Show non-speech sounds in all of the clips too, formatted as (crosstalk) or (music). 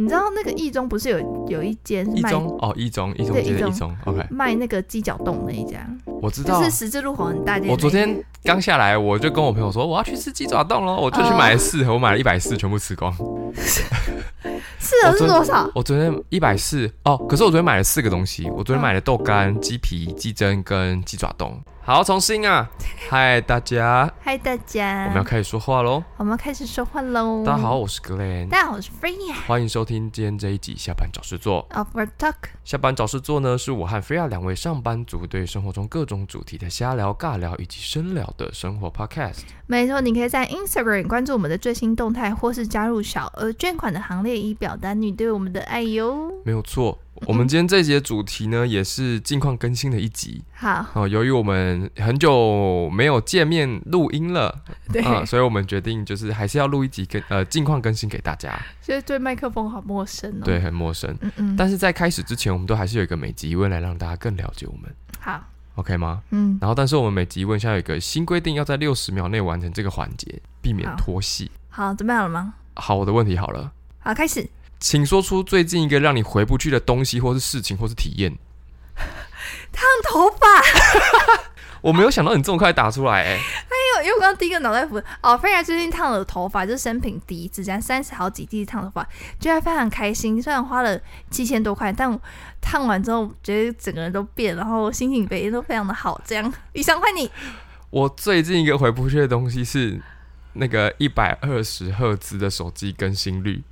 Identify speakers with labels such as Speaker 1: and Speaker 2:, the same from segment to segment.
Speaker 1: 你知道那个一中不是有有一间
Speaker 2: 一
Speaker 1: 卖
Speaker 2: 嗯中哦，一中一中
Speaker 1: 对
Speaker 2: 街的
Speaker 1: 一
Speaker 2: 一中，OK，
Speaker 1: 卖那个鸡脚冻那一家，
Speaker 2: 我知道
Speaker 1: 就。是十字路口很大间的那一家。
Speaker 2: 我昨天刚下来，我就跟我朋友说我要去吃鸡爪冻喽，我就
Speaker 1: 哦
Speaker 2: 去买了四盒，我买了一百四，全部吃光。
Speaker 1: 是的是多少？
Speaker 2: 我昨天一百四哦，可是我昨天买了四个东西，我昨天
Speaker 1: 嗯
Speaker 2: 买了豆干、鸡皮、鸡胗跟鸡爪冻。好，重
Speaker 1: (laughs)
Speaker 2: 新啊！嗨，大家，
Speaker 1: 嗨，大
Speaker 2: 我
Speaker 1: 家，
Speaker 2: 们要开始说话喽。
Speaker 1: 我们要开始说话喽。
Speaker 2: 大家好，，我是 Glenn，
Speaker 1: 嗯大家好，我是 Freya
Speaker 2: 欢迎收听今天这一集下班找事做。
Speaker 1: of Work Talk。
Speaker 2: 下班找事做呢，是我和菲亚两位上班族对生活中各种主题的瞎聊、尬聊以及深聊的生活 podcast。
Speaker 1: 没错，你可以在 Instagram 关注我们的最新动态，或是加入小额捐款的行列，以表达你对我们的爱哟。
Speaker 2: 没有错，我们今天这一集的主题呢，也是近况更新的一集。
Speaker 1: 好，
Speaker 2: 哦，由于我们很久没有见面录音了，
Speaker 1: 对，
Speaker 2: 啊、所以我们决定就是还是要录一集跟呃近况更新给大家。
Speaker 1: 所以对麦克风好陌生哦。
Speaker 2: 对，，很陌生，
Speaker 1: 嗯嗯，
Speaker 2: 但是在开始之前，我们都还是有一个每集疑问来让大家更了解我们
Speaker 1: 好，
Speaker 2: ，OK 吗？
Speaker 1: 嗯，
Speaker 2: 然后，但是我们每集疑问现在有一个新规定，要在六十秒内完成这个环节，避免
Speaker 1: 好
Speaker 2: 拖戏。
Speaker 1: 好，准备好了吗？
Speaker 2: 好，我的问题好了，
Speaker 1: 好，开始。
Speaker 2: 请说出最近一个让你回不去的东西，或是事情，或是体验。
Speaker 1: 烫头发，
Speaker 2: 我没有想到你这么快打出来、
Speaker 1: (laughs)
Speaker 2: 哎，
Speaker 1: 因为因为我刚刚第一个脑袋浮哦，菲儿最近烫了头发，就是生平第一次，这样三十好几第一次烫头发，觉得非常开心。虽然花了七千多块，但我烫完之后觉得整个人都变，然后心情每天都非常的好。这样， (laughs) 以上换你。
Speaker 2: 我最近一个回不去的东西是那个一百二十赫兹的手机更新率。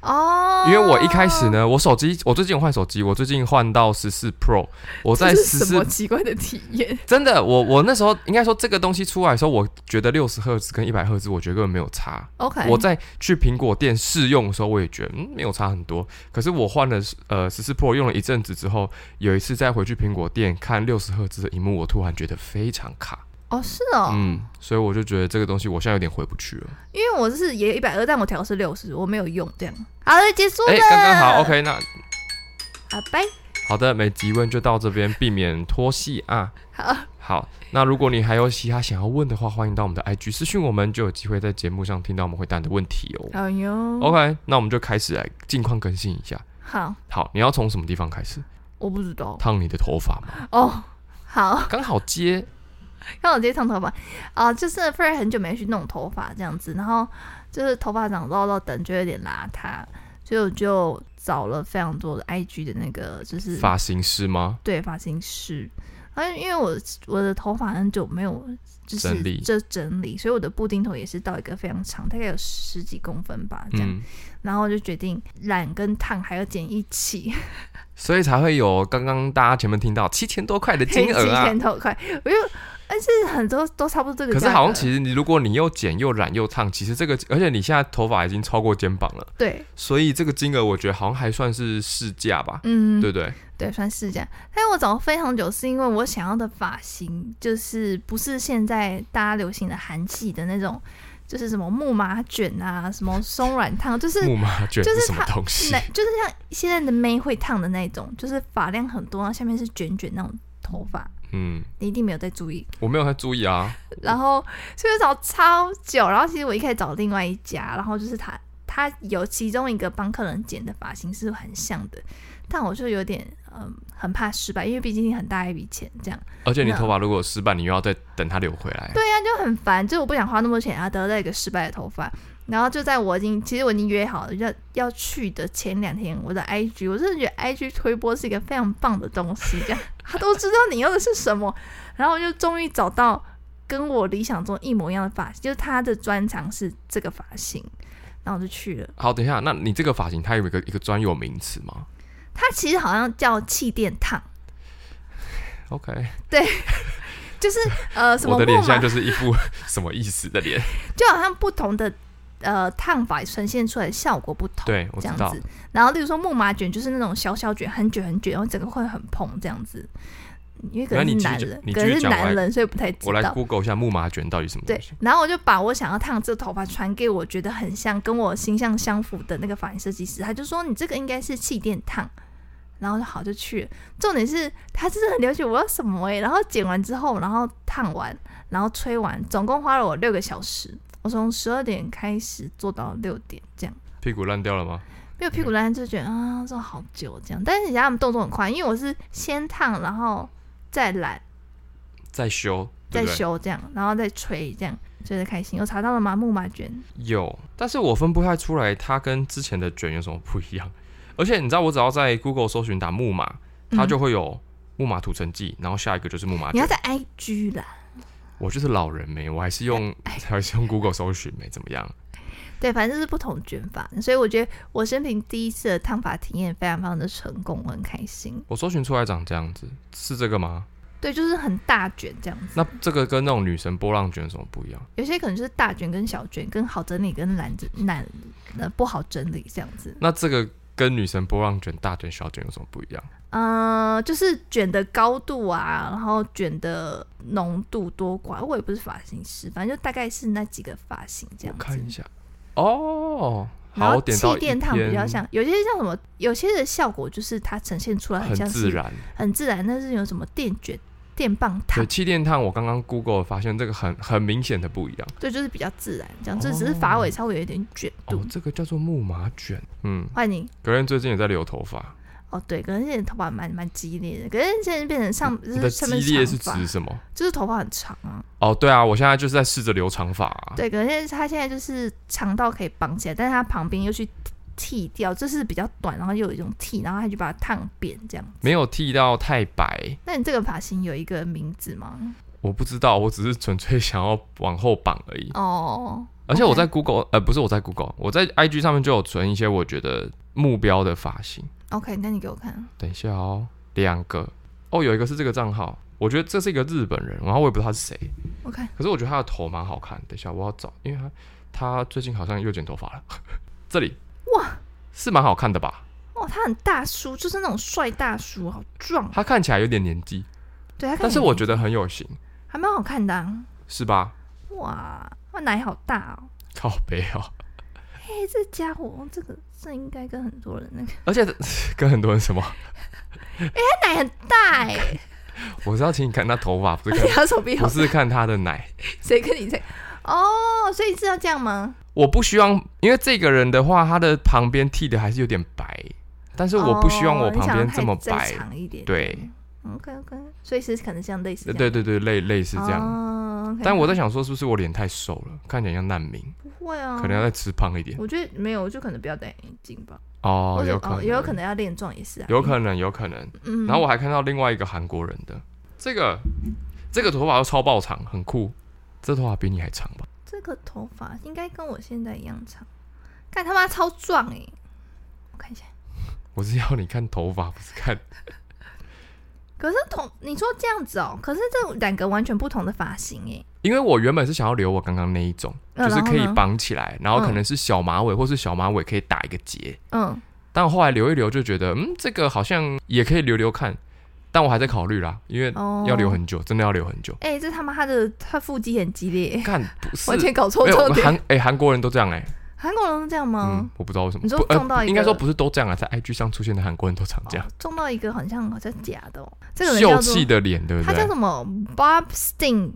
Speaker 1: 哦，
Speaker 2: 因为我一开始呢，我手机我最近有换手机，我最近换到十四 Pro，我在
Speaker 1: 这
Speaker 2: 十
Speaker 1: 是什么
Speaker 2: 四
Speaker 1: 奇怪的体验？
Speaker 2: 真的，我我那时候应该说这个东西出来的时候，我觉得六十赫兹跟一百赫兹，我觉得根本没有差。
Speaker 1: OK，
Speaker 2: 我在去苹果店试用的时候，我也觉得嗯没有差很多。可是我换了呃十四 Pro 用了一阵子之后，有一次再回去苹果店看六十赫兹的荧幕，我突然觉得非常卡，
Speaker 1: 哦是哦，
Speaker 2: 嗯，所以我就觉得这个东西我现在有点回不去了。
Speaker 1: 因为我是也一百二，但我调是六十，我没有用这样。好了，结束了，
Speaker 2: 哎、刚刚好，OK，那
Speaker 1: 好拜，
Speaker 2: 好的，每集问就到这边，避免拖戏啊。
Speaker 1: 好，
Speaker 2: 好，那如果你还有其他想要问的话，欢迎到我们的 IG 私讯我们，就有机会在节目上听到我们回答你的问题哦。
Speaker 1: 好哟
Speaker 2: OK，那我们就开始来近况更新一下。
Speaker 1: 好，
Speaker 2: 好，你要从什么地方开始？
Speaker 1: 我不知道
Speaker 2: 烫你的头发 (laughs) 吗？
Speaker 1: 哦。好，
Speaker 2: 刚好接
Speaker 1: 刚好直接烫头发啊、就是菲儿很久没去弄头发这样子，然后就是头发长到到等就有点邋遢，所以我就找了非常多的 IG 的那个就是
Speaker 2: 发型师吗？
Speaker 1: 对发型师，然后因为我我的头发很久没有就是
Speaker 2: 整理
Speaker 1: 这整理，所以我的布丁头也是到一个非常长，大概有十几公分吧这样，
Speaker 2: 嗯，
Speaker 1: 然后我就决定染跟烫还要剪一起，
Speaker 2: 所以才会有刚刚大家前面听到 (laughs) 七千多块的金
Speaker 1: (laughs)
Speaker 2: 额啊。
Speaker 1: 千头块，我就而且很多都差不多这个
Speaker 2: 可
Speaker 1: 价格，
Speaker 2: 是好像其实你如果你又剪又染又烫，其实这个而且你现在头发已经超过肩膀了，
Speaker 1: 对，
Speaker 2: 所以这个金额我觉得好像还算是市价吧，
Speaker 1: 嗯，
Speaker 2: 对不对？
Speaker 1: 对，算是这样。但是我找了非常久，是因为我想要的发型就是不是现在大家流行的韩系的那种，就是什么木马卷啊，什么松软烫，就是
Speaker 2: 木马卷
Speaker 1: 就是
Speaker 2: 是什么东西
Speaker 1: 那？就是像现在的妹会烫的那种，就是发量很多，然后下面是卷卷那种头发，
Speaker 2: 嗯，
Speaker 1: 你一定没有在注意。
Speaker 2: 我没有太注意啊。
Speaker 1: 然后所以我找超久，然后其实我一开始找另外一家，然后就是他他有其中一个帮客人剪的发型是很像的，但我就有点嗯很怕失败，因为毕竟很大一笔钱这样。
Speaker 2: 而且你
Speaker 1: 那
Speaker 2: 头发如果有失败，你又要再等它留回来。
Speaker 1: 对啊呀、就很烦，就是我不想花那么多钱，然后得到一个失败的头发。然后就在我已经，其实我已经约好了要要去的前两天，我的 IG，我真的觉得 IG 推播是一个非常棒的东西，这样他都知道你要的是什么。然后我就终于找到跟我理想中一模一样的发型，就是他的专长是这个发型，然后我就去了。
Speaker 2: 好，等一下，那你这个发型它有一个一个专有名词吗
Speaker 1: 他其实好像叫气垫烫，
Speaker 2: ？OK，
Speaker 1: 就是呃什么
Speaker 2: 我的
Speaker 1: 木
Speaker 2: 脸现在
Speaker 1: 马
Speaker 2: 就是一副什么意思的
Speaker 1: (laughs)
Speaker 2: 脸。
Speaker 1: 就好像不同的呃烫法呈现出来的效果不同，
Speaker 2: 对我
Speaker 1: 这
Speaker 2: 知
Speaker 1: 样
Speaker 2: 道
Speaker 1: 子。然后例如说木马卷就是那种小小卷，很卷很卷，然后整个会很蓬这样子。因为可能是
Speaker 2: 那你继续
Speaker 1: 男
Speaker 2: 讲
Speaker 1: 人，
Speaker 2: 你
Speaker 1: 可
Speaker 2: 继续
Speaker 1: 能是
Speaker 2: 讲我
Speaker 1: 男
Speaker 2: 来
Speaker 1: 人，所以不太知
Speaker 2: 我来
Speaker 1: 道。
Speaker 2: Google 一下木马卷到底什么
Speaker 1: 对
Speaker 2: 东西。，
Speaker 1: 然后我就把我想要烫这头发传给我觉得很像跟我形象相符的那个发型设计师，他就说你这个应该是气垫烫，然后就好就去了。重点是他真的很了解我要什么诶、欸然后剪完之后，然后烫完，然后吹完，总共花了我六个小时，我从十二点开始做到六点这样。
Speaker 2: 屁股烂掉了吗？
Speaker 1: 没有屁股烂就觉得啊，这好久这样。但是人家他们动作很快，因为我是先烫，然后再染，
Speaker 2: 再修，
Speaker 1: 再
Speaker 2: 对不对？
Speaker 1: 修这样，然后再吹这样，觉得开心。我查到了吗？木马卷，
Speaker 2: 有，但是我分不太出来它跟之前的卷有什么不一样。而且你知道，我只要在 Google 搜寻打木马，
Speaker 1: 嗯
Speaker 2: 它就会有木马屠城记，然后下一个就是木马
Speaker 1: 你要
Speaker 2: 卷。
Speaker 1: 在 IG 啦，
Speaker 2: 我就是老人没，我还是用
Speaker 1: 哎
Speaker 2: (laughs) 还是用 Google 搜寻没怎么样。
Speaker 1: 对，反正就是不同卷法。所以我觉得我生平第一次的烫发体验非常非常的成功，我很开心。
Speaker 2: 我搜寻出来长这样子，是这个吗？
Speaker 1: 对，就是很大卷这样子。
Speaker 2: 那这个跟那种女神波浪卷有什么不一样？
Speaker 1: 有些可能就是大卷跟小卷，跟好整理跟懒懒呃不好整理这样子。
Speaker 2: 那这个跟女神波浪卷、大卷、小卷有什么不一样？
Speaker 1: 呃，就是卷的高度啊，然后卷的浓度多寡，我也不是发型师，反正就大概是那几个发型这
Speaker 2: 我
Speaker 1: 样
Speaker 2: 看一
Speaker 1: 子。
Speaker 2: 下。哦，
Speaker 1: 然
Speaker 2: 好，
Speaker 1: 后
Speaker 2: 我点到
Speaker 1: 气垫烫
Speaker 2: 一
Speaker 1: 比较
Speaker 2: 篇
Speaker 1: 像，有些像什么，有些的效果就是它呈现出来
Speaker 2: 很
Speaker 1: 像是
Speaker 2: 自，然。
Speaker 1: 很自然，但是有什么电卷、电棒烫
Speaker 2: 对，，气垫烫，我刚刚 Google 发现这个很很明显的不一样。
Speaker 1: 对，就是比较自然这样，就只是发尾稍微有一点卷度
Speaker 2: 哦，。这个叫做木马卷。嗯，
Speaker 1: 换你
Speaker 2: 格伦最近也在留头发，
Speaker 1: 哦，对，可是现在头发蛮蛮激烈的，可是现在变成上就
Speaker 2: 你的
Speaker 1: 是
Speaker 2: 激
Speaker 1: 上面
Speaker 2: 烈是
Speaker 1: 长发
Speaker 2: 指，什么？
Speaker 1: 就是头发很长啊。
Speaker 2: 哦，对啊，我现在就是在试着留长发、啊。
Speaker 1: 对，可是它现在就是长到可以绑起来，但是它旁边又去剃掉，这是比较短，然后又有一种剃，然后它就把它烫扁这样。
Speaker 2: 没有剃到太白，
Speaker 1: 那你这个发型有一个名字吗？
Speaker 2: 我不知道，我只是纯粹想要往后绑而已。
Speaker 1: 哦，
Speaker 2: 而且
Speaker 1: OK
Speaker 2: 我在 Google，呃，不是我在 Google，我在 IG 上面就有存一些我觉得目标的发型。
Speaker 1: OK，那你给我看。
Speaker 2: 等一下哦，两个哦，有一个是这个账号，我觉得这是一个日本人，然后我也不知道他是谁，
Speaker 1: 我看
Speaker 2: 可是我觉得他的头蛮好看。等一下我要找，因为他他最近好像又剪头发了， (laughs) 这里
Speaker 1: 哇
Speaker 2: 是蛮好看的吧？
Speaker 1: 哦，他很大叔，就是那种帅大叔，好壮。
Speaker 2: 他看起来有点年纪，
Speaker 1: 对，他看
Speaker 2: 但是
Speaker 1: 起来
Speaker 2: 我觉得很有型，
Speaker 1: 还蛮好看的、啊。
Speaker 2: 是吧？
Speaker 1: 哇，他奶好大哦！
Speaker 2: 靠背哦，
Speaker 1: 哎、这家伙，这个这应该跟很多人那个，
Speaker 2: 而且 (laughs) 跟很多人什么，
Speaker 1: 他奶很大
Speaker 2: 嗯
Speaker 1: 哎、
Speaker 2: 我是要请你看他头发，不是
Speaker 1: (laughs) 而且
Speaker 2: 看
Speaker 1: 他手臂好
Speaker 2: 不，是看他的奶。
Speaker 1: 谁跟你在？哦，所以是要这样吗？
Speaker 2: 我不希望，因为这个人的话，他的旁边剃的还是有点白，但是我不希望我
Speaker 1: 哦你
Speaker 2: 旁
Speaker 1: 想
Speaker 2: 边
Speaker 1: 要
Speaker 2: 这么
Speaker 1: 太再
Speaker 2: 白。
Speaker 1: 长一点。
Speaker 2: 对
Speaker 1: ，OK OK，所以是可能像类似这
Speaker 2: 呃
Speaker 1: 样，
Speaker 2: 对对对，类类似这样。
Speaker 1: 哦，OK，
Speaker 2: 但我在想说，是不是我脸太瘦了，看起来像难民，
Speaker 1: 不会啊，
Speaker 2: 可能要再吃胖一点。
Speaker 1: 我觉得没有，我就可能不要戴眼镜吧。
Speaker 2: 哦
Speaker 1: 或，者
Speaker 2: 有可
Speaker 1: 哦
Speaker 2: 能，
Speaker 1: 也有可，能要练壮也是啊，
Speaker 2: 有可能，有可能。
Speaker 1: 嗯。
Speaker 2: 然后我还看到另外一个韩国人的，这个这个头发又超爆长，很酷。这头发比你还长吧？
Speaker 1: 这个头发应该跟我现在一样长，看他妈超壮哎、我看一下，
Speaker 2: 我是要你看头发，不是看。
Speaker 1: 可是同你说这样子哦，可是这两个完全不同的发型哎、
Speaker 2: 因为我原本是想要留我刚刚那一种，
Speaker 1: 嗯
Speaker 2: 就是可以
Speaker 1: 然后呢
Speaker 2: 绑起来，然后可
Speaker 1: 嗯
Speaker 2: 能是小马尾，或是小马尾可以打一个结。
Speaker 1: 嗯，
Speaker 2: 但我后来留一留就觉得，嗯，这个好像也可以留留看，但我还在考虑啦，因为
Speaker 1: 哦，
Speaker 2: 要留很久，真的要留很久。
Speaker 1: 哎、这他妈他的他腹肌很激烈欸、
Speaker 2: 看不是，
Speaker 1: 完全搞错
Speaker 2: 没有
Speaker 1: 重点。
Speaker 2: 韩哎韩国人都这样哎、
Speaker 1: 韩国人都这样吗？
Speaker 2: 嗯，我不知道为什么，
Speaker 1: 你说
Speaker 2: 不
Speaker 1: 撞到一个
Speaker 2: 应该说不是都这样啊，在 IG 上出现的韩国人都常这样
Speaker 1: 哦，中到一个好像好像假的、哦，这个人
Speaker 2: 秀
Speaker 1: 叫做
Speaker 2: 气的脸，对不
Speaker 1: 他
Speaker 2: 对
Speaker 1: 叫？什么 Bob Sting，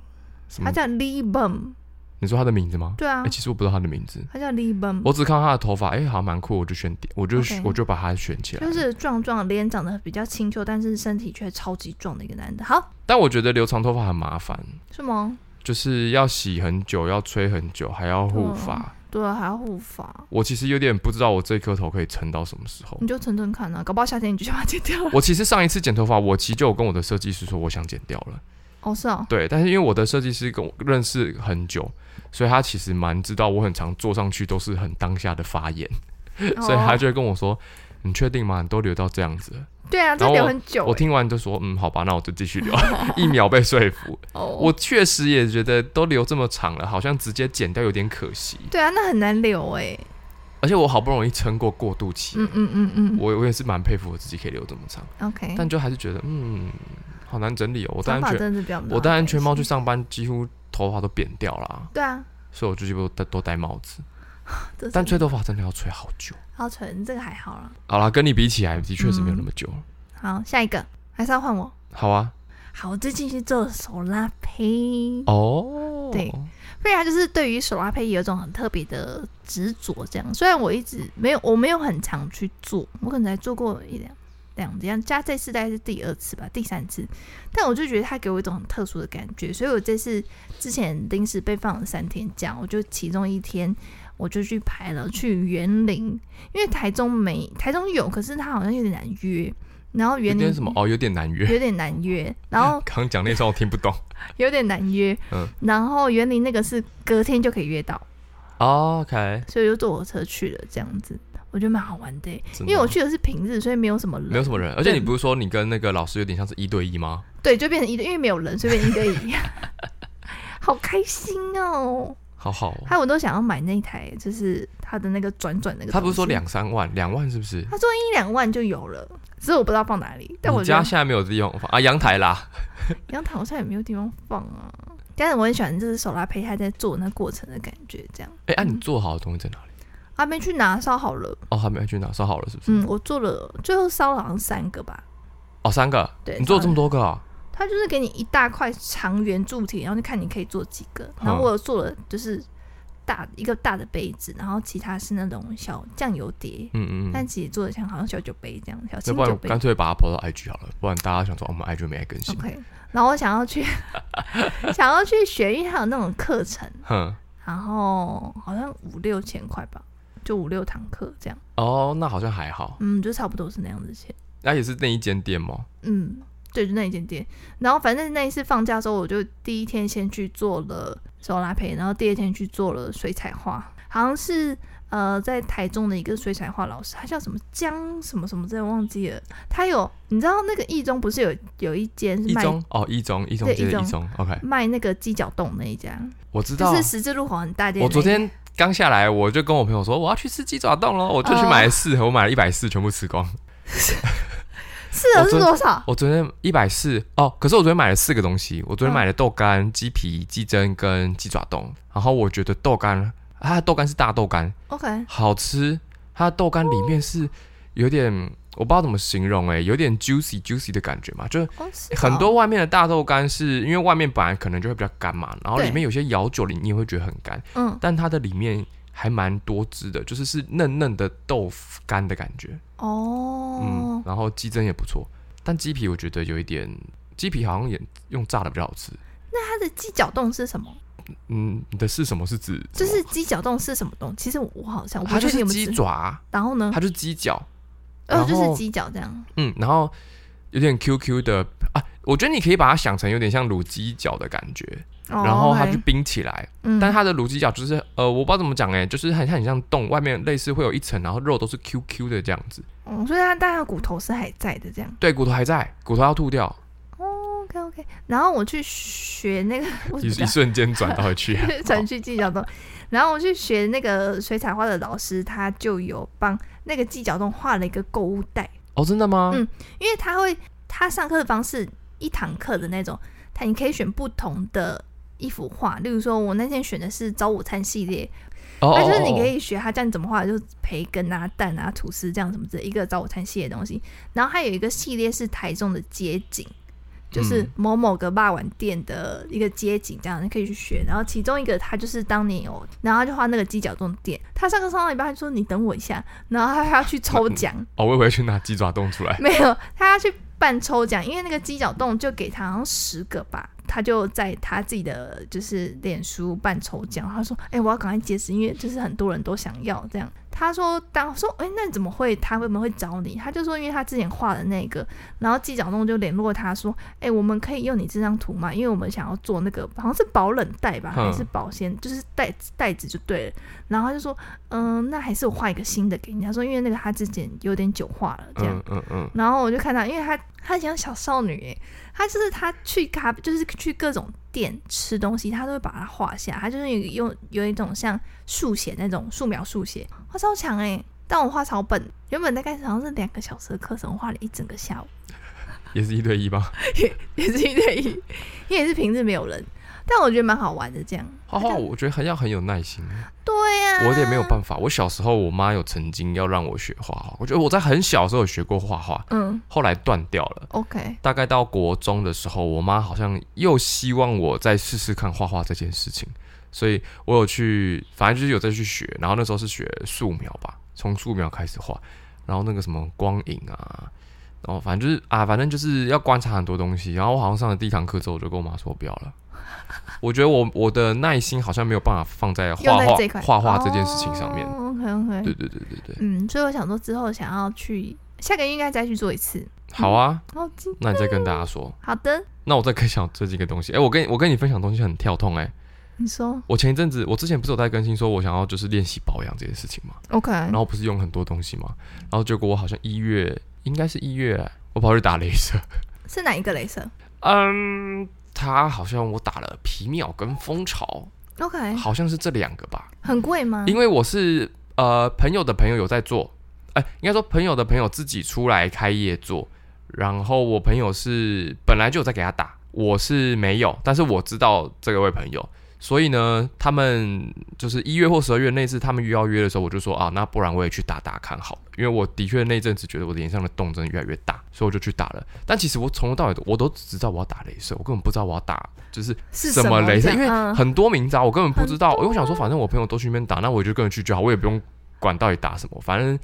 Speaker 2: 什
Speaker 1: 他？
Speaker 2: 么
Speaker 1: 叫 Lee Bum，
Speaker 2: 你说他的名字吗？
Speaker 1: 对啊
Speaker 2: 哎、，其实我不知道他的名字，
Speaker 1: 他叫 Lee Bum，
Speaker 2: 我只看到他的头发，哎、好像蛮酷，我就选点，我就
Speaker 1: OK
Speaker 2: 我就把它选起来。
Speaker 1: 就是壮壮，脸长得比较清秀，但是身体却超级壮的一个男的。好，
Speaker 2: 但我觉得留长头发很麻烦，
Speaker 1: 是吗？
Speaker 2: 就是要洗很久，要吹很久，还要护
Speaker 1: 嗯
Speaker 2: 发。
Speaker 1: 对啊，还要护发，
Speaker 2: 我其实有点不知道我这颗头可以撑到什么时候。
Speaker 1: 你就存存看啊，搞不好夏天你就把它剪
Speaker 2: (laughs)
Speaker 1: 掉了。
Speaker 2: 我其实上一次剪头发，我其实就有跟我的设计师说我想剪掉了，
Speaker 1: 哦，是哦，
Speaker 2: 对，但是因为我的设计师跟我认识很久，所以他其实蛮知道我很常坐上去都是很当下的发言， (laughs) (laughs) 所以
Speaker 1: 哦
Speaker 2: 他就会跟我说：“你确定吗？你都留到这样子了
Speaker 1: 哦对啊，
Speaker 2: 然
Speaker 1: 这
Speaker 2: 后
Speaker 1: 留很久欸、
Speaker 2: 我听完就说：“嗯，好吧，那我就继续
Speaker 1: (laughs)
Speaker 2: 留。”一秒被说服。
Speaker 1: 哦，
Speaker 2: 我确实也觉得都留这么长了，好像直接剪掉有点可惜。
Speaker 1: 对啊，那很难留哎、
Speaker 2: 而且我好不容易撑过过渡期，
Speaker 1: 嗯嗯嗯嗯
Speaker 2: 我我也是蛮佩服我自己可以留这么长。
Speaker 1: ，OK。
Speaker 2: 但就还是觉得，嗯，好难整理哦。我戴
Speaker 1: 长哎
Speaker 2: 安
Speaker 1: 发
Speaker 2: 全，
Speaker 1: 真的是比较麻烦，
Speaker 2: 我戴安全帽去上班，几乎头发都扁掉啦，
Speaker 1: 对啊，
Speaker 2: 所以我就几乎都都戴帽子。
Speaker 1: 这
Speaker 2: 但
Speaker 1: 是
Speaker 2: 吹头发真的要吹好久。
Speaker 1: 好纯，这个还好啦。
Speaker 2: 好啦，跟你比起来，的确是没有那么久。
Speaker 1: 嗯好，下一个还是要换我。
Speaker 2: 好啊，
Speaker 1: 好，我最近去做手拉胚。
Speaker 2: 哦，
Speaker 1: 对，瑞他就是对于手拉胚有一种很特别的执着，这样。虽然我一直没有，我没有很常去做，我可能才做过一两两这样，加这次大概是第二次吧，第三次。但我就觉得它给我一种很特殊的感觉，所以我这次之前临时被放了三天假，我就其中一天我就去排了去园林，因为台中没台中有，可是它好像有点难约。然后
Speaker 2: 有
Speaker 1: 园林
Speaker 2: 点什么哦，有点难约。
Speaker 1: 有点难约，然后
Speaker 2: 刚讲那串我听
Speaker 1: (laughs)
Speaker 2: 不懂
Speaker 1: 有点难约，
Speaker 2: 嗯
Speaker 1: 然后园林那个是隔天就可以约到，哦
Speaker 2: ，OK，
Speaker 1: 所以就坐火车去了，这样子我觉得蛮好玩的欸、
Speaker 2: 真的
Speaker 1: 因为我去的是平日，所以没有什么人，
Speaker 2: 没有什么人，而且
Speaker 1: 对
Speaker 2: 你不是说你跟那个老师有点像是一对一吗？
Speaker 1: 对，就变成一对，因为没有人，所以变成一对
Speaker 2: (laughs)
Speaker 1: 一，好开心哦！
Speaker 2: 好好哦，
Speaker 1: 还有我都想要买那台，就是它的那个转转那个东西，
Speaker 2: 他不是说两三万，两万是不是？
Speaker 1: 他说一两万就有了，只是我不知道放哪里，但我
Speaker 2: 你
Speaker 1: 觉
Speaker 2: 家
Speaker 1: 得
Speaker 2: 现在没有地方放啊，阳台啦。
Speaker 1: 阳台好像也没有地方放啊。但是我很喜欢，就是手拉陪他在做那过程的感觉，这样。
Speaker 2: 哎，啊，你做好的东西在哪里？
Speaker 1: 阿妹去拿烧好了，
Speaker 2: 哦，还没有去拿，烧好了是不是？
Speaker 1: 嗯，我做了，最后烧了好像三个吧。
Speaker 2: 哦，三个，
Speaker 1: 对，
Speaker 2: 你做
Speaker 1: 烧
Speaker 2: 这么多个哦，
Speaker 1: 它就是给你一大块长圆柱体，然后就看你可以做几个。
Speaker 2: 嗯
Speaker 1: 然后我有做了就是大一个大的杯子，然后其他是那种小酱油碟，
Speaker 2: 嗯嗯
Speaker 1: 但
Speaker 2: 嗯。
Speaker 1: 其实做的像好像小酒杯这样，小
Speaker 2: 那
Speaker 1: 清
Speaker 2: 不然
Speaker 1: 酒
Speaker 2: 我
Speaker 1: 杯。
Speaker 2: 干脆把它抛到 IG 好了，不然大家想说哦我们 IG 没来更新。
Speaker 1: OK，然后我想要去 (laughs) 想要去学，因为它有那种课程，
Speaker 2: 哼，
Speaker 1: 然后好像五六千块吧，就五六堂课这样，
Speaker 2: 哦，那好像还好，
Speaker 1: 嗯，就差不多是那样子钱。
Speaker 2: 那也是那一间店吗？
Speaker 1: 嗯，对，就那一间店。然后反正那一次放假之后，我就第一天先去做了手拉胚，然后第二天去做了水彩画，好像是呃在台中的一个水彩画老师，他叫什么江什么什么，真的忘记了。他有你知道那个一中不是有有一间是
Speaker 2: 一
Speaker 1: 卖
Speaker 2: 中哦，一中一中
Speaker 1: 对
Speaker 2: 街的
Speaker 1: 一
Speaker 2: 一中，OK，
Speaker 1: 卖那个鸡脚冻那一家，
Speaker 2: 我知道
Speaker 1: 就，是十字路口很大间。
Speaker 2: 我昨天刚下来，我就跟我朋友说我要去吃鸡爪冻喽，我就
Speaker 1: 哦
Speaker 2: 去买了四盒，我买了一百四，全部吃光。
Speaker 1: 是啊
Speaker 2: 我
Speaker 1: 是
Speaker 2: 昨
Speaker 1: 多少？
Speaker 2: 我昨天一百四哦，可是我昨天买了四个东西，我昨天
Speaker 1: 嗯
Speaker 2: 买了豆干、鸡皮、鸡胗跟鸡爪冻，然后我觉得豆干，它的豆干是大豆干，
Speaker 1: OK，
Speaker 2: 好吃，它的豆干里面是有点我不知道怎么形容哎、有点 juicy juicy 的感觉嘛，就是
Speaker 1: 哦是哦
Speaker 2: 很多外面的大豆干是因为外面本来可能就会比较干嘛，然后
Speaker 1: 对
Speaker 2: 里面有些咬久了你也会觉得很干，
Speaker 1: 嗯
Speaker 2: 但它的里面还蛮多汁的，就是是嫩嫩的豆腐干的感觉，嗯，
Speaker 1: 哦，
Speaker 2: 然后鸡胗也不错，但鸡皮我觉得有一点，鸡皮好像也用炸的比较好吃。
Speaker 1: 它的鸡脚冻是什么？
Speaker 2: 嗯，你的是什么是指？
Speaker 1: 就是鸡脚冻是什么东西？其实我好像我不
Speaker 2: 它就
Speaker 1: 确定
Speaker 2: 是
Speaker 1: 有嗯没
Speaker 2: 鸡
Speaker 1: 有吃。
Speaker 2: 爪啊，
Speaker 1: 然后呢？
Speaker 2: 它就是鸡脚，
Speaker 1: 哦，就
Speaker 2: 然
Speaker 1: 是
Speaker 2: 后
Speaker 1: 鸡脚这样。
Speaker 2: 嗯，然后有点 QQ 的啊，我觉得你可以把它想成有点像卤鸡脚的感觉，
Speaker 1: 哦
Speaker 2: 然后它就冰起来，
Speaker 1: 嗯，
Speaker 2: 但它的卤鸡脚就是呃，我不知道怎么讲哎、就是很像很像冻，外面类似会有一层，然后肉都是 QQ 的这样子，
Speaker 1: 嗯，所以它但它骨头是还在的这样。
Speaker 2: 对，骨头还在，骨头要吐掉，
Speaker 1: OK OK，然后我去学那个， (laughs) 我
Speaker 2: 一
Speaker 1: 怎么，
Speaker 2: 一瞬间转到回去
Speaker 1: (laughs) 转去鸡脚冻，然后我去学那个水彩画的老师，他就有帮那个鸡脚冻画了一个购物袋，
Speaker 2: 哦，真的吗？
Speaker 1: 嗯因为他会他上课的方式一堂课的那种，他你可以选不同的一幅画，例如说我那天选的是早午餐系列，
Speaker 2: 哦哦
Speaker 1: 那啊
Speaker 2: 哦
Speaker 1: 就是你
Speaker 2: 哦
Speaker 1: 可以学他教你怎么画，就是培根啊、蛋啊、吐司这样什么之类，一个早午餐系列的东西。然后还有一个系列是台中的街景，就是
Speaker 2: 嗯
Speaker 1: 某某个霸碗店的一个街景，这样你可以去学。然后其中一个他就是当年有，然后他就画那个鸡脚冻店，他上课上到一半他就说你等我一下，然后他还要去抽奖，
Speaker 2: 哦，我以为去拿鸡爪冻出来。
Speaker 1: 没有，他要去办抽奖，因为那个鸡脚冻就给他好像十个吧，他就在他自己的就是脸书办抽奖，他说：“哎、我要赶快截止，因为就是很多人都想要这样。”他说：“当说，哎、那怎么会他为什么会找你？”他就说：“哎因为他之前画的那个，然后鸡脚冻就联络他说：‘哎、我们可以用你这张图嘛？因为我们想要做那个好像是保冷袋吧，
Speaker 2: 嗯
Speaker 1: 还是保鲜，就是袋子袋子就对了。’然后他就说：‘嗯，那还是我画一个新的给你。’他说：‘因为那个他之前有点久画了， (laughs) 这样。’
Speaker 2: 嗯嗯嗯，
Speaker 1: 然后我就看到，因为她她很像小少女耶，她就是她去咖就是去各种店吃东西，她都会把它画下，她就是有用有一种像速写那种素描速写，画超强哎，但我画超笨，原本大概好像是两个小时的课程，我画了一整个下午， (laughs)
Speaker 2: 也是一对一吧。
Speaker 1: 也是一对一，因为也是平日没有人，但我觉得蛮好玩的这样。
Speaker 2: 画画我觉得很要很有耐心，
Speaker 1: 对呀、
Speaker 2: 我有点没有办法。我小时候我妈有曾经要让我学画画，我觉得我在很小的时候有学过画画，
Speaker 1: 嗯
Speaker 2: 后来断掉了。
Speaker 1: ，OK，
Speaker 2: 大概到国中的时候，我妈好像又希望我再试试看画画这件事情，所以我有去，反正就是有再去学，然后那时候是学素描吧，从素描开始画，然后那个什么光影啊，然后反正就是啊，反正就是要观察很多东西，然后我好像上了第一堂课之后，我就跟我妈说我不要了， (laughs) 我觉得我我的耐心好像没有办法放在画
Speaker 1: 用在
Speaker 2: 画
Speaker 1: 这一块
Speaker 2: 画画这件事情上面，
Speaker 1: OK OK，
Speaker 2: 对对对对对，
Speaker 1: 嗯，所以我想说之后想要去，下个月应该再去做一次。
Speaker 2: 好啊，
Speaker 1: 好今
Speaker 2: 那你再跟大家说，
Speaker 1: 好的，
Speaker 2: 那我再跟你讲这几个东西，哎、我跟我跟你分享的东西很跳痛哎、
Speaker 1: 你说
Speaker 2: 我前一阵子，我之前不是有在更新说，我想要就是练习保养这件事情嘛，
Speaker 1: OK？
Speaker 2: 然后不是用很多东西嘛，然后结果我好像一月，应该是一月，我跑去打镭射，
Speaker 1: 是哪一个镭射
Speaker 2: 嗯，它好像我打了皮秒跟蜂巢，
Speaker 1: ？OK，
Speaker 2: 好像是这两个吧，
Speaker 1: 很贵吗？
Speaker 2: 因为我是呃朋友的朋友有在做，哎、应该说朋友的朋友自己出来开业做，然后我朋友是本来就有在给他打，我是没有，但是我知道这位朋友，所以呢，他们就是一月或十二月那次他们约要约的时候，我就说啊，那不然我也去打打看好了，因为我的确那阵子觉得我脸上的洞真的越来越大，所以我就去打了，但其实我从头到尾都我都只知道我要打镭射，我根本不知道我要打就是
Speaker 1: 是
Speaker 2: 什
Speaker 1: 么
Speaker 2: 么镭
Speaker 1: 这
Speaker 2: 射
Speaker 1: 样
Speaker 2: 因为
Speaker 1: 嗯
Speaker 2: 很多名招我根本不知道，哎
Speaker 1: 很多啊
Speaker 2: 我想说反正我朋友都去那边打，那我就跟着去就好，我也不用管到底打什么，反正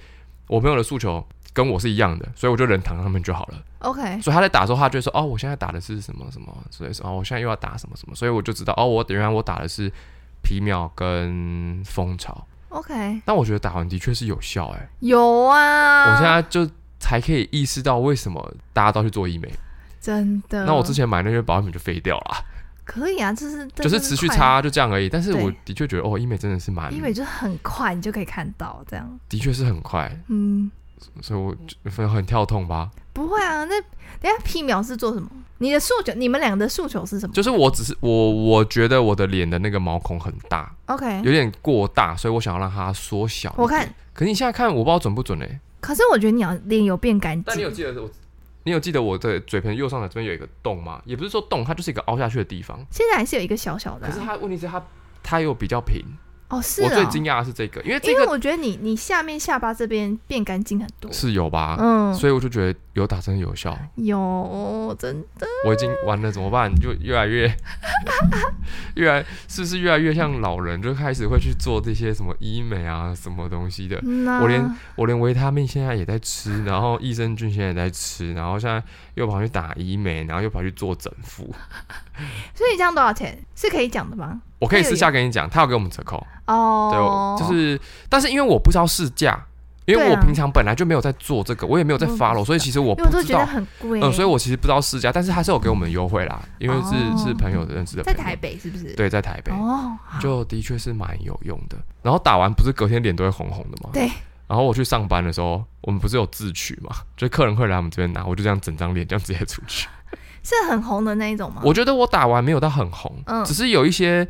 Speaker 2: 我朋友的诉求跟我是一样的，所以我就人躺他们就好了。
Speaker 1: OK
Speaker 2: 所以他在打的时候，他就会说哦，我现在打的是什么什么之类的，哦，我现在又要打什么什么，所以我就知道哦，我原来我打的是皮秒跟蜂巢，
Speaker 1: OK，
Speaker 2: 但我觉得打完的确是有效哎、
Speaker 1: 有啊，
Speaker 2: 我现在就才可以意识到为什么大家都要去做医美，
Speaker 1: 真的，
Speaker 2: 那我之前买那些保养品就废掉了。
Speaker 1: 可以啊，就是
Speaker 2: 就是持续，擦就这样而已。但是我
Speaker 1: 对
Speaker 2: 的确觉得哦，医美真的是蛮
Speaker 1: 这快，因为就是很快你就可以看到这样，
Speaker 2: 的确是很快，
Speaker 1: 嗯，
Speaker 2: 所以我就很跳痛吧。
Speaker 1: 不会啊，那等一下皮秒是做什么？你的诉求，你们两个的诉求是什么
Speaker 2: 就是我只是我，我觉得我的脸的那个毛孔很大，
Speaker 1: ？OK，
Speaker 2: 有点过大，所以我想要让它缩小。
Speaker 1: 嗯我，看，
Speaker 2: 可是你现在看，我不知道准不准哎、
Speaker 1: 可是我觉得你要脸有变干
Speaker 2: 但你有
Speaker 1: 净，
Speaker 2: 记得我，你有记得我的嘴唇右上角这边有一个洞吗？也不是说洞，它就是一个凹下去的地方。
Speaker 1: 现在还是有一个小小的
Speaker 2: 可是
Speaker 1: 啊、
Speaker 2: 它问题是它它又比较平。
Speaker 1: 哦，是
Speaker 2: 我最
Speaker 1: 啊、
Speaker 2: 惊讶的是这个，因为这
Speaker 1: 因为
Speaker 2: 个
Speaker 1: 我觉得你你下面下巴这边变干净很多，
Speaker 2: 是有吧，
Speaker 1: 嗯，
Speaker 2: 啊所以我就觉得有打针有效。
Speaker 1: 有真的
Speaker 2: 我已经完了怎么办？就越来越， (laughs) 越来是不是越来越像老人？就开始会去做这些什么医美啊，什么东西的。
Speaker 1: 那
Speaker 2: 我连我连维他命现在也在吃，然后益生菌现在也在吃，然后现在又跑去打医美，然后又跑去做整复。
Speaker 1: 所以这样多少钱是可以讲的吗？
Speaker 2: 我可以
Speaker 1: 哎呦
Speaker 2: 私下跟你讲，他有给我们折扣，对，
Speaker 1: 哦
Speaker 2: 我，就是但是因为我不知道市价，因为
Speaker 1: 对
Speaker 2: 我
Speaker 1: 啊
Speaker 2: 平常本来就没有在做这个，我也没有在
Speaker 1: 嗯
Speaker 2: follow，所以其实我
Speaker 1: 因为我
Speaker 2: 不
Speaker 1: 都
Speaker 2: 知
Speaker 1: 觉得
Speaker 2: 道。
Speaker 1: 很贵、
Speaker 2: 嗯，所以我其实不知道市价，但是他是有给我们优惠啦，因为是、是
Speaker 1: 哦
Speaker 2: 朋友认识的
Speaker 1: 在
Speaker 2: 朋友，
Speaker 1: 台北是不是？
Speaker 2: 对，在台北。
Speaker 1: 哦，
Speaker 2: 就的确是蛮有用的。然后打完不是隔天脸都会红红的吗？
Speaker 1: 对。
Speaker 2: 然后我去上班的时候，我们不是有自取嘛， (laughs) 就客人会来我们这边拿，我就这样整张脸这样直接出去。
Speaker 1: 是很红的那一种吗？
Speaker 2: 我觉得我打完没有到很红，
Speaker 1: 哦嗯
Speaker 2: 只是有一些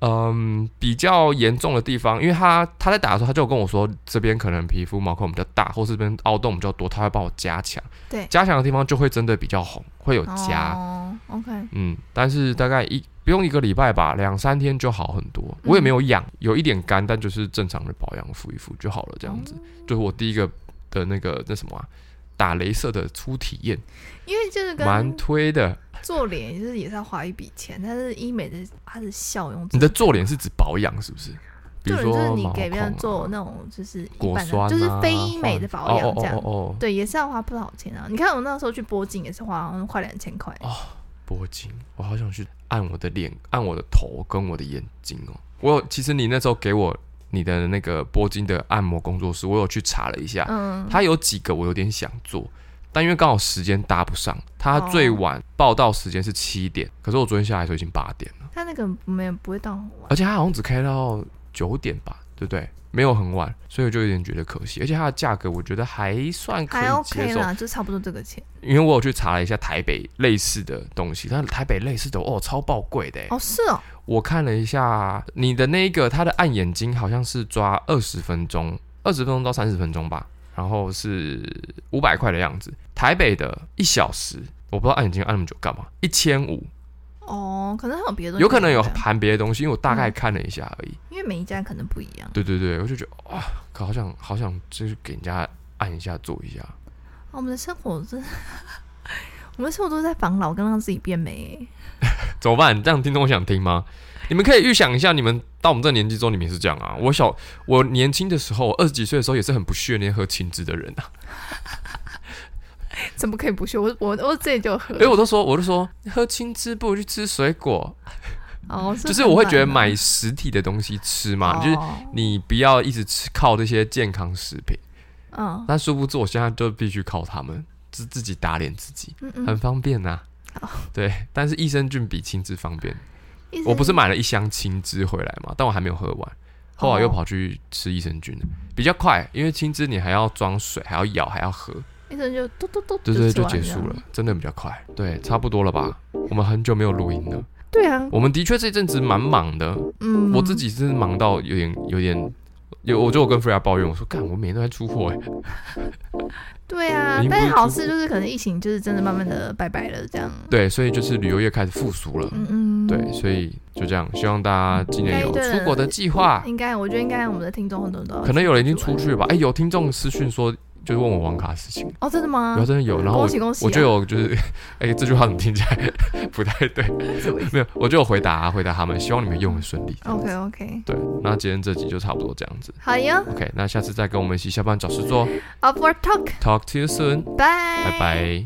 Speaker 2: 嗯比较严重的地方，因为他他在打的时候，他就有跟我说这边可能皮肤毛孔比较大，或是这边凹洞比较多，他会帮我加强。
Speaker 1: 对
Speaker 2: 加强的地方就会真的比较红，会有加。
Speaker 1: 哦，OK，
Speaker 2: 嗯，但是大概一不用一个礼拜吧，两三天就好很多。我也没有
Speaker 1: 嗯
Speaker 2: 痒，有一点干，但就是正常的保养敷一敷就好了，这
Speaker 1: 哦
Speaker 2: 样子。就是我第一个的那个那什么啊，打镭射的初体验，
Speaker 1: 因为就是
Speaker 2: 蛮
Speaker 1: 跟
Speaker 2: 推的。
Speaker 1: 做脸就是也是要花一笔钱，但是医美的它的效用
Speaker 2: 你
Speaker 1: 真
Speaker 2: 的
Speaker 1: 的，
Speaker 2: 做脸是指保养是不是？比如
Speaker 1: 做脸就是
Speaker 2: 说
Speaker 1: 你
Speaker 2: 毛
Speaker 1: 给别
Speaker 2: 孔
Speaker 1: 人
Speaker 2: 啊
Speaker 1: 做那种就是一
Speaker 2: 果
Speaker 1: 般的，
Speaker 2: 酸、啊，
Speaker 1: 就是非医美的保养这样。
Speaker 2: 哦哦哦哦
Speaker 1: 对，也是要花不少钱啊！你看我那时候去铂金也是花好像快两千
Speaker 2: 哦
Speaker 1: 块，
Speaker 2: 铂金，我好想去按我的脸，按我的头跟我的眼睛哦。我有，其实你那时候给我你的那个铂金的按摩工作室，我有去查了一下，
Speaker 1: 嗯，
Speaker 2: 它有几个我有点想做，但因为刚好时间搭不上，它
Speaker 1: 哦
Speaker 2: 最晚报到时间是七点，可是我昨天下来的时候已经八点了，
Speaker 1: 它那个没有不会到很晚，
Speaker 2: 而且它好像只开到九点吧，对不对？没有很晚，所以我就有点觉得可惜，而且它的价格我觉得还算可
Speaker 1: 还
Speaker 2: 以
Speaker 1: OK
Speaker 2: 接受，
Speaker 1: 啦，就差不多这个钱。
Speaker 2: 因为我有去查了一下台北类似的东西，但台北类似的哦超爆贵的欸，
Speaker 1: 哦，是哦，
Speaker 2: 我看了一下你的那一个，它的按眼睛好像是抓二十分钟，二十分钟到三十分钟吧，然后是五百块的样子。台北的一小时，我不知道按眼睛按那么久干嘛，一千五，
Speaker 1: 哦，可能还有别的东西，
Speaker 2: 有可能有含别的东西，因为我大概看了一下而已。
Speaker 1: 因为每一家可能不一样。
Speaker 2: 对对对，我就觉得哇，靠好想好想就是给人家按一下做一下，
Speaker 1: 啊我们的生活 (laughs) 真的，我们的生活都是在防老跟让自己变美欸。
Speaker 2: 怎么办？这样听众想听吗？你们可以预想一下，你们到我们这个年纪之后，你们也是这样啊。我小我年轻的时候，二十几岁的时候也是很不屑那些喝青汁的人啊。
Speaker 1: 怎么可以不去？我我我自己就喝
Speaker 2: 因为，我都说，我都说喝青汁不如去吃水果，
Speaker 1: 哦，
Speaker 2: 就是
Speaker 1: 很
Speaker 2: 我会觉得
Speaker 1: 懒啊
Speaker 2: 买实体的东西吃嘛，就是
Speaker 1: 哦
Speaker 2: 你不要一直吃靠这些健康食品。
Speaker 1: 嗯
Speaker 2: 但殊不知，我现在就必须靠他们，自自己打脸自己，
Speaker 1: 嗯嗯，
Speaker 2: 很方便呐、
Speaker 1: 哦
Speaker 2: 对，但是益生菌比青汁方便。
Speaker 1: 意思
Speaker 2: 我不是买了一箱青汁回来嘛，但我还没有喝完，后来又跑去吃益生菌了，比较快，因为青汁你还要装水，还要咬，还要喝，
Speaker 1: 医生就嘟嘟嘟，
Speaker 2: 对对，
Speaker 1: 吃
Speaker 2: 就
Speaker 1: 完
Speaker 2: 结
Speaker 1: 这样
Speaker 2: 束了。，真的比较快。对，差不多了吧？我们很久没有录音了，
Speaker 1: 对啊，
Speaker 2: 我们的确这阵子蛮忙的，
Speaker 1: 嗯，
Speaker 2: 我自己真的忙到有点有点。有，我就有跟 Freya 抱怨，我说：“干，我每天都在出货、欸，
Speaker 1: 嗯对啊
Speaker 2: 已经，不是
Speaker 1: 但是好
Speaker 2: 出
Speaker 1: 事就是可能疫情就是真的慢慢的拜拜了这样。
Speaker 2: 对，所以就是旅游业开始复苏了，
Speaker 1: 嗯嗯，
Speaker 2: 对，所以就这样，希望大家今年有出国的计划，
Speaker 1: 应该我觉得应该我们的听众很多人都要
Speaker 2: 啊哦可能有人已经出去了吧？哎、有听众私讯说，就是问我网卡的事情，
Speaker 1: 哦，真的吗
Speaker 2: 然后？真的有，然后我
Speaker 1: 恭喜恭喜啊！
Speaker 2: 我
Speaker 1: (laughs)
Speaker 2: 就有就是， (laughs) 哎、这句话怎么听起来不太对？ (laughs) 没有，我就有回答、啊回答他们，希望你们用的顺利。
Speaker 1: OK OK，
Speaker 2: 对，那今天这集就差不多这样子。
Speaker 1: 好呀
Speaker 2: OK，那下次再跟我们一起下班找事做。
Speaker 1: ，Upward Talk，
Speaker 2: Talk to you soon，
Speaker 1: 拜
Speaker 2: 拜拜。